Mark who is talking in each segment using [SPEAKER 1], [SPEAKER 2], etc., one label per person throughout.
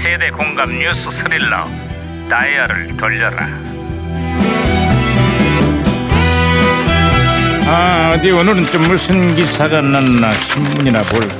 [SPEAKER 1] 세대 공감 뉴스 스릴러 다이얼을 돌려라 아 어디 오늘은 좀 무슨 기사가 났나 신문이나 볼까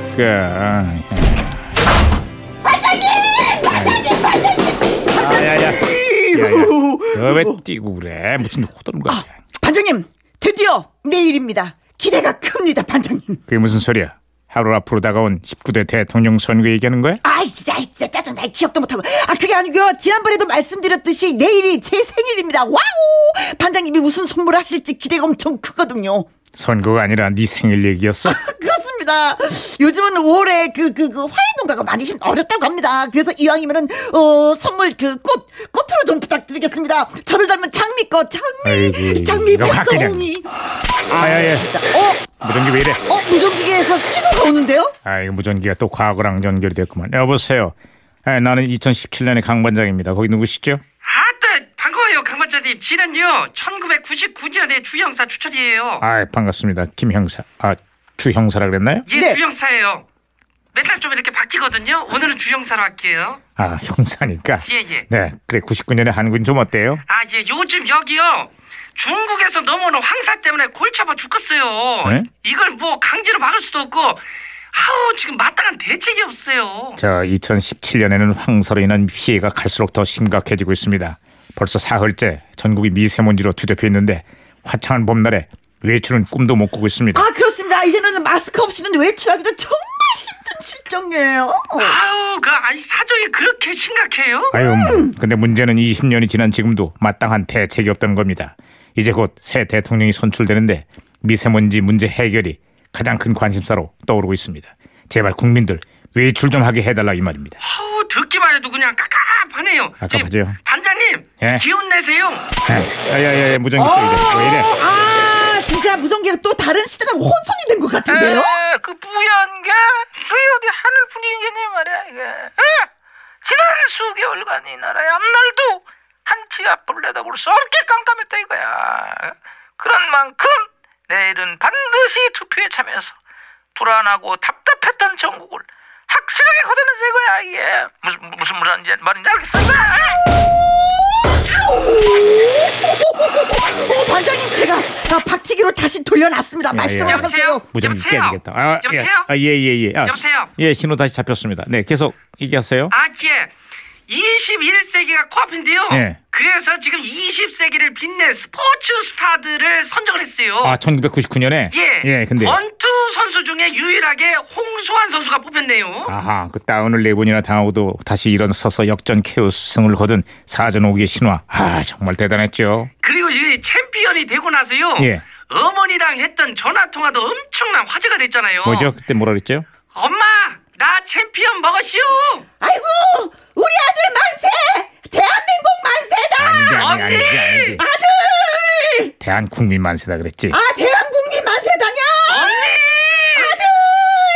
[SPEAKER 1] 야야야 야야 왜 뛰고 그래 무슨 호들갑 야
[SPEAKER 2] 반장님 드디어 내일입니다. 기대가 큽니다 반장님.
[SPEAKER 1] 그게 무슨 소리야 하루 앞으로 다가온 19대 대통령 선거 얘기하는 거야?
[SPEAKER 2] 아이 진짜 아이 진짜 짜증 나 기억도 못하고 아 그게 아니고요 지난번에도 말씀드렸듯이 내일이 제 생일입니다 와우 반장님이 무슨 선물을 하실지 기대가 엄청 크거든요 아,
[SPEAKER 1] 선거가 아니라 네 생일 얘기였어?
[SPEAKER 2] 그렇습니다 요즘은 올해 그 그 그 화훼 농가가 많이 힘 어렵다고 합니다 그래서 이왕이면은 어 선물 그 꽃 꽃으로 좀 부탁드리겠습니다 저를 닮은 장미꽃 장미
[SPEAKER 1] 아이고,
[SPEAKER 2] 장미
[SPEAKER 1] 이거 확 그냥.
[SPEAKER 2] 백송이
[SPEAKER 1] 아야야 예,
[SPEAKER 2] 진짜 어어
[SPEAKER 1] 무전기 왜 이래?
[SPEAKER 2] 무전기계에서 신호가 오는데요
[SPEAKER 1] 아, 이거 무전기가 또 과거랑 연결이 됐구만. 여보세요. 아, 나는 2017년의 강 반장입니다. 거기 누구시죠?
[SPEAKER 3] 아따 반가워요 강반장님 지난요 1999년에 주형사 추천이에요
[SPEAKER 1] 아, 반갑습니다. 김 형사. 아, 주 형사라 그랬나요?
[SPEAKER 3] 예
[SPEAKER 2] 네.
[SPEAKER 3] 주형사예요 맨날 좀 이렇게 바뀌거든요 오늘은 주형사로 할게요
[SPEAKER 1] 아, 형사니까.
[SPEAKER 3] 예, 예.
[SPEAKER 1] 네, 그래 99년의 한국인 좀 어때요?
[SPEAKER 3] 아 예 요즘 여기요 중국에서 넘어오는 황사 때문에 골치 아파 죽겠어요
[SPEAKER 1] 네?
[SPEAKER 3] 이걸 뭐 강제로 막을 수도 없고 아우 지금 마땅한 대책이 없어요
[SPEAKER 1] 저 2017년에는 황사로 인한 피해가 갈수록 더 심각해지고 있습니다. 벌써 사흘째 전국이 미세먼지로 뒤덮여 있는데 화창한 봄날에 외출은 꿈도 못 꾸고 있습니다.
[SPEAKER 2] 아 그렇습니다. 이제는 마스크 없이는 외출하기도 정말 힘든 실정이에요.
[SPEAKER 3] 아우 그 아니 사정이 그렇게 심각해요
[SPEAKER 1] 아유, 뭐.
[SPEAKER 3] 음.
[SPEAKER 1] 근데 문제는 20년이 지난 지금도 마땅한 대책이 없다는 겁니다. 이제 곧 새 대통령이 선출되는데 미세먼지 문제 해결이 가장 큰 관심사로 떠오르고 있습니다. 제발 국민들 외출 좀 하게 해달라 이 말입니다.
[SPEAKER 3] 아우 듣기만 해도 그냥 깝깝하네요
[SPEAKER 1] 깝깝하죠.
[SPEAKER 3] 예, 반장님
[SPEAKER 1] 예.
[SPEAKER 3] 기운 내세요
[SPEAKER 1] 아, 야야야 무전기 소리다. 왜 이래?
[SPEAKER 2] 어, 아 진짜 무전기가 또 다른 시대랑 혼선이 된 것 같은데요.
[SPEAKER 3] 에, 그 뿌연 게 그게 어디 하늘 분위기니 말이야 이게 에? 지난 수개월간 이 나라의 앞날도 한치 앞을 내다볼 수 없게 깜깜했다 이거야 그런 만큼 내일은 반드시 투표에 참여해서 불안하고 답답했던 전국을 확실하게 걷어내자 이거야 이게 무슨 무슨 무슨 말인지 알겠어
[SPEAKER 2] 어, 반장님 제가 아, 박치기로 다시 돌려놨습니다.
[SPEAKER 1] 네.
[SPEAKER 2] 말씀을
[SPEAKER 1] 예.
[SPEAKER 2] 하세요.
[SPEAKER 1] 무전기
[SPEAKER 3] 여보세요?
[SPEAKER 1] 깨지겠다. 아, 예,
[SPEAKER 3] 여보세요?
[SPEAKER 1] 아, 예, 예, 예. 아,
[SPEAKER 3] 여보세요?
[SPEAKER 1] 예, 신호 다시 잡혔습니다. 네, 계속 얘기하세요.
[SPEAKER 3] 아, 예. 21세기가 코앞인데요.
[SPEAKER 1] 예.
[SPEAKER 3] 그래서 지금 20세기를 빛낸 스포츠 스타들을 선정을 했어요.
[SPEAKER 1] 아, 1999년에
[SPEAKER 3] 예.
[SPEAKER 1] 예, 근데
[SPEAKER 3] 권투 선수 중에 유일하게 홍수환 선수가 뽑혔네요.
[SPEAKER 1] 아하, 그 다운을 네 번이나 당하고도 다시 일어서서 역전 KO 승을 거둔 사전 5기의 신화. 아, 정말 대단했죠.
[SPEAKER 3] 그리고 이 챔피언이 되고 나서요.
[SPEAKER 1] 예.
[SPEAKER 3] 어머니랑 했던 전화 통화도 엄청난 화제가 됐잖아요.
[SPEAKER 1] 뭐죠? 그때 뭐라 그랬죠?
[SPEAKER 3] 엄마, 나 챔피언 먹었슈.
[SPEAKER 2] 아이고 우리 아들 만세, 대한민국 만세다.
[SPEAKER 1] 아니지,
[SPEAKER 3] 아니, 아니지, 언니! 아니지.
[SPEAKER 2] 아들,
[SPEAKER 1] 대한 국민 만세다 그랬지.
[SPEAKER 2] 아 대한국민 만세다냐?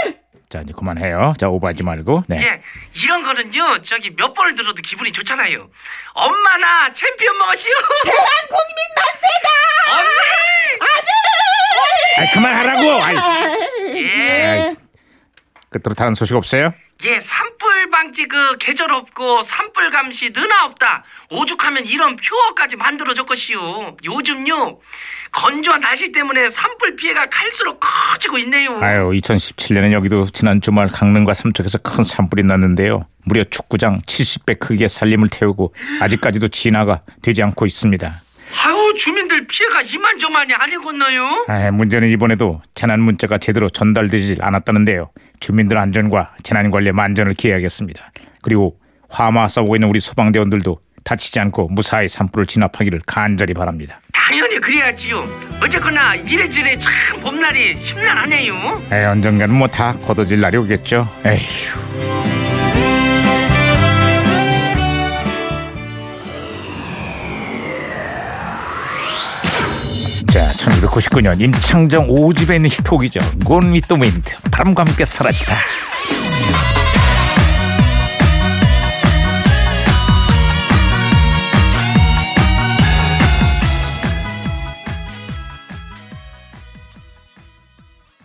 [SPEAKER 3] 언니!
[SPEAKER 1] 자, 이제 그만해요. 자, 오버하지 말고. 네.
[SPEAKER 3] 예, 이런 거는요. 저기 몇 번을 들어도 기분이 좋잖아요. 엄마 나 챔피언 먹었슈.
[SPEAKER 2] 대한국민 만세다.
[SPEAKER 3] 언니!
[SPEAKER 1] 아, 그만하라고. 아이,
[SPEAKER 3] 예.
[SPEAKER 1] 아이. 끝으로 다른 소식 없어요?
[SPEAKER 3] 예, 산불 방지 그 계절 없고 산불 감시 느나 없다. 오죽하면 이런 표어까지 만들어줄 것이요. 요즘요 건조한 날씨 때문에 산불 피해가 갈수록 커지고 있네요.
[SPEAKER 1] 아유, 2017년에 여기도 지난 주말 강릉과 삼척에서 큰 산불이 났는데요. 무려 축구장 70배 크기의 산림을 태우고 아직까지도 진화가 되지 않고 있습니다.
[SPEAKER 3] 아유, 주민들 피해가 이만저만이 아니겠나요?
[SPEAKER 1] 아, 문제는 이번에도 재난 문자가 제대로 전달되질 않았다는데요. 주민들 안전과 재난 관리에 만전을 기해야겠습니다. 그리고 화마 싸우고 있는 우리 소방대원들도 다치지 않고 무사히 산불을 진압하기를 간절히 바랍니다.
[SPEAKER 3] 당연히 그래야지요. 어쨌거나 이래저래 참 봄날이 심란하네요.
[SPEAKER 1] 에, 언젠가는 뭐 다 걷어질 날이 오겠죠. 에휴. 자, 1999년 임창정 오집에 있는 히트곡이죠. 곤 위트 윈드. 바람과 함께 사라지다.
[SPEAKER 4] 넌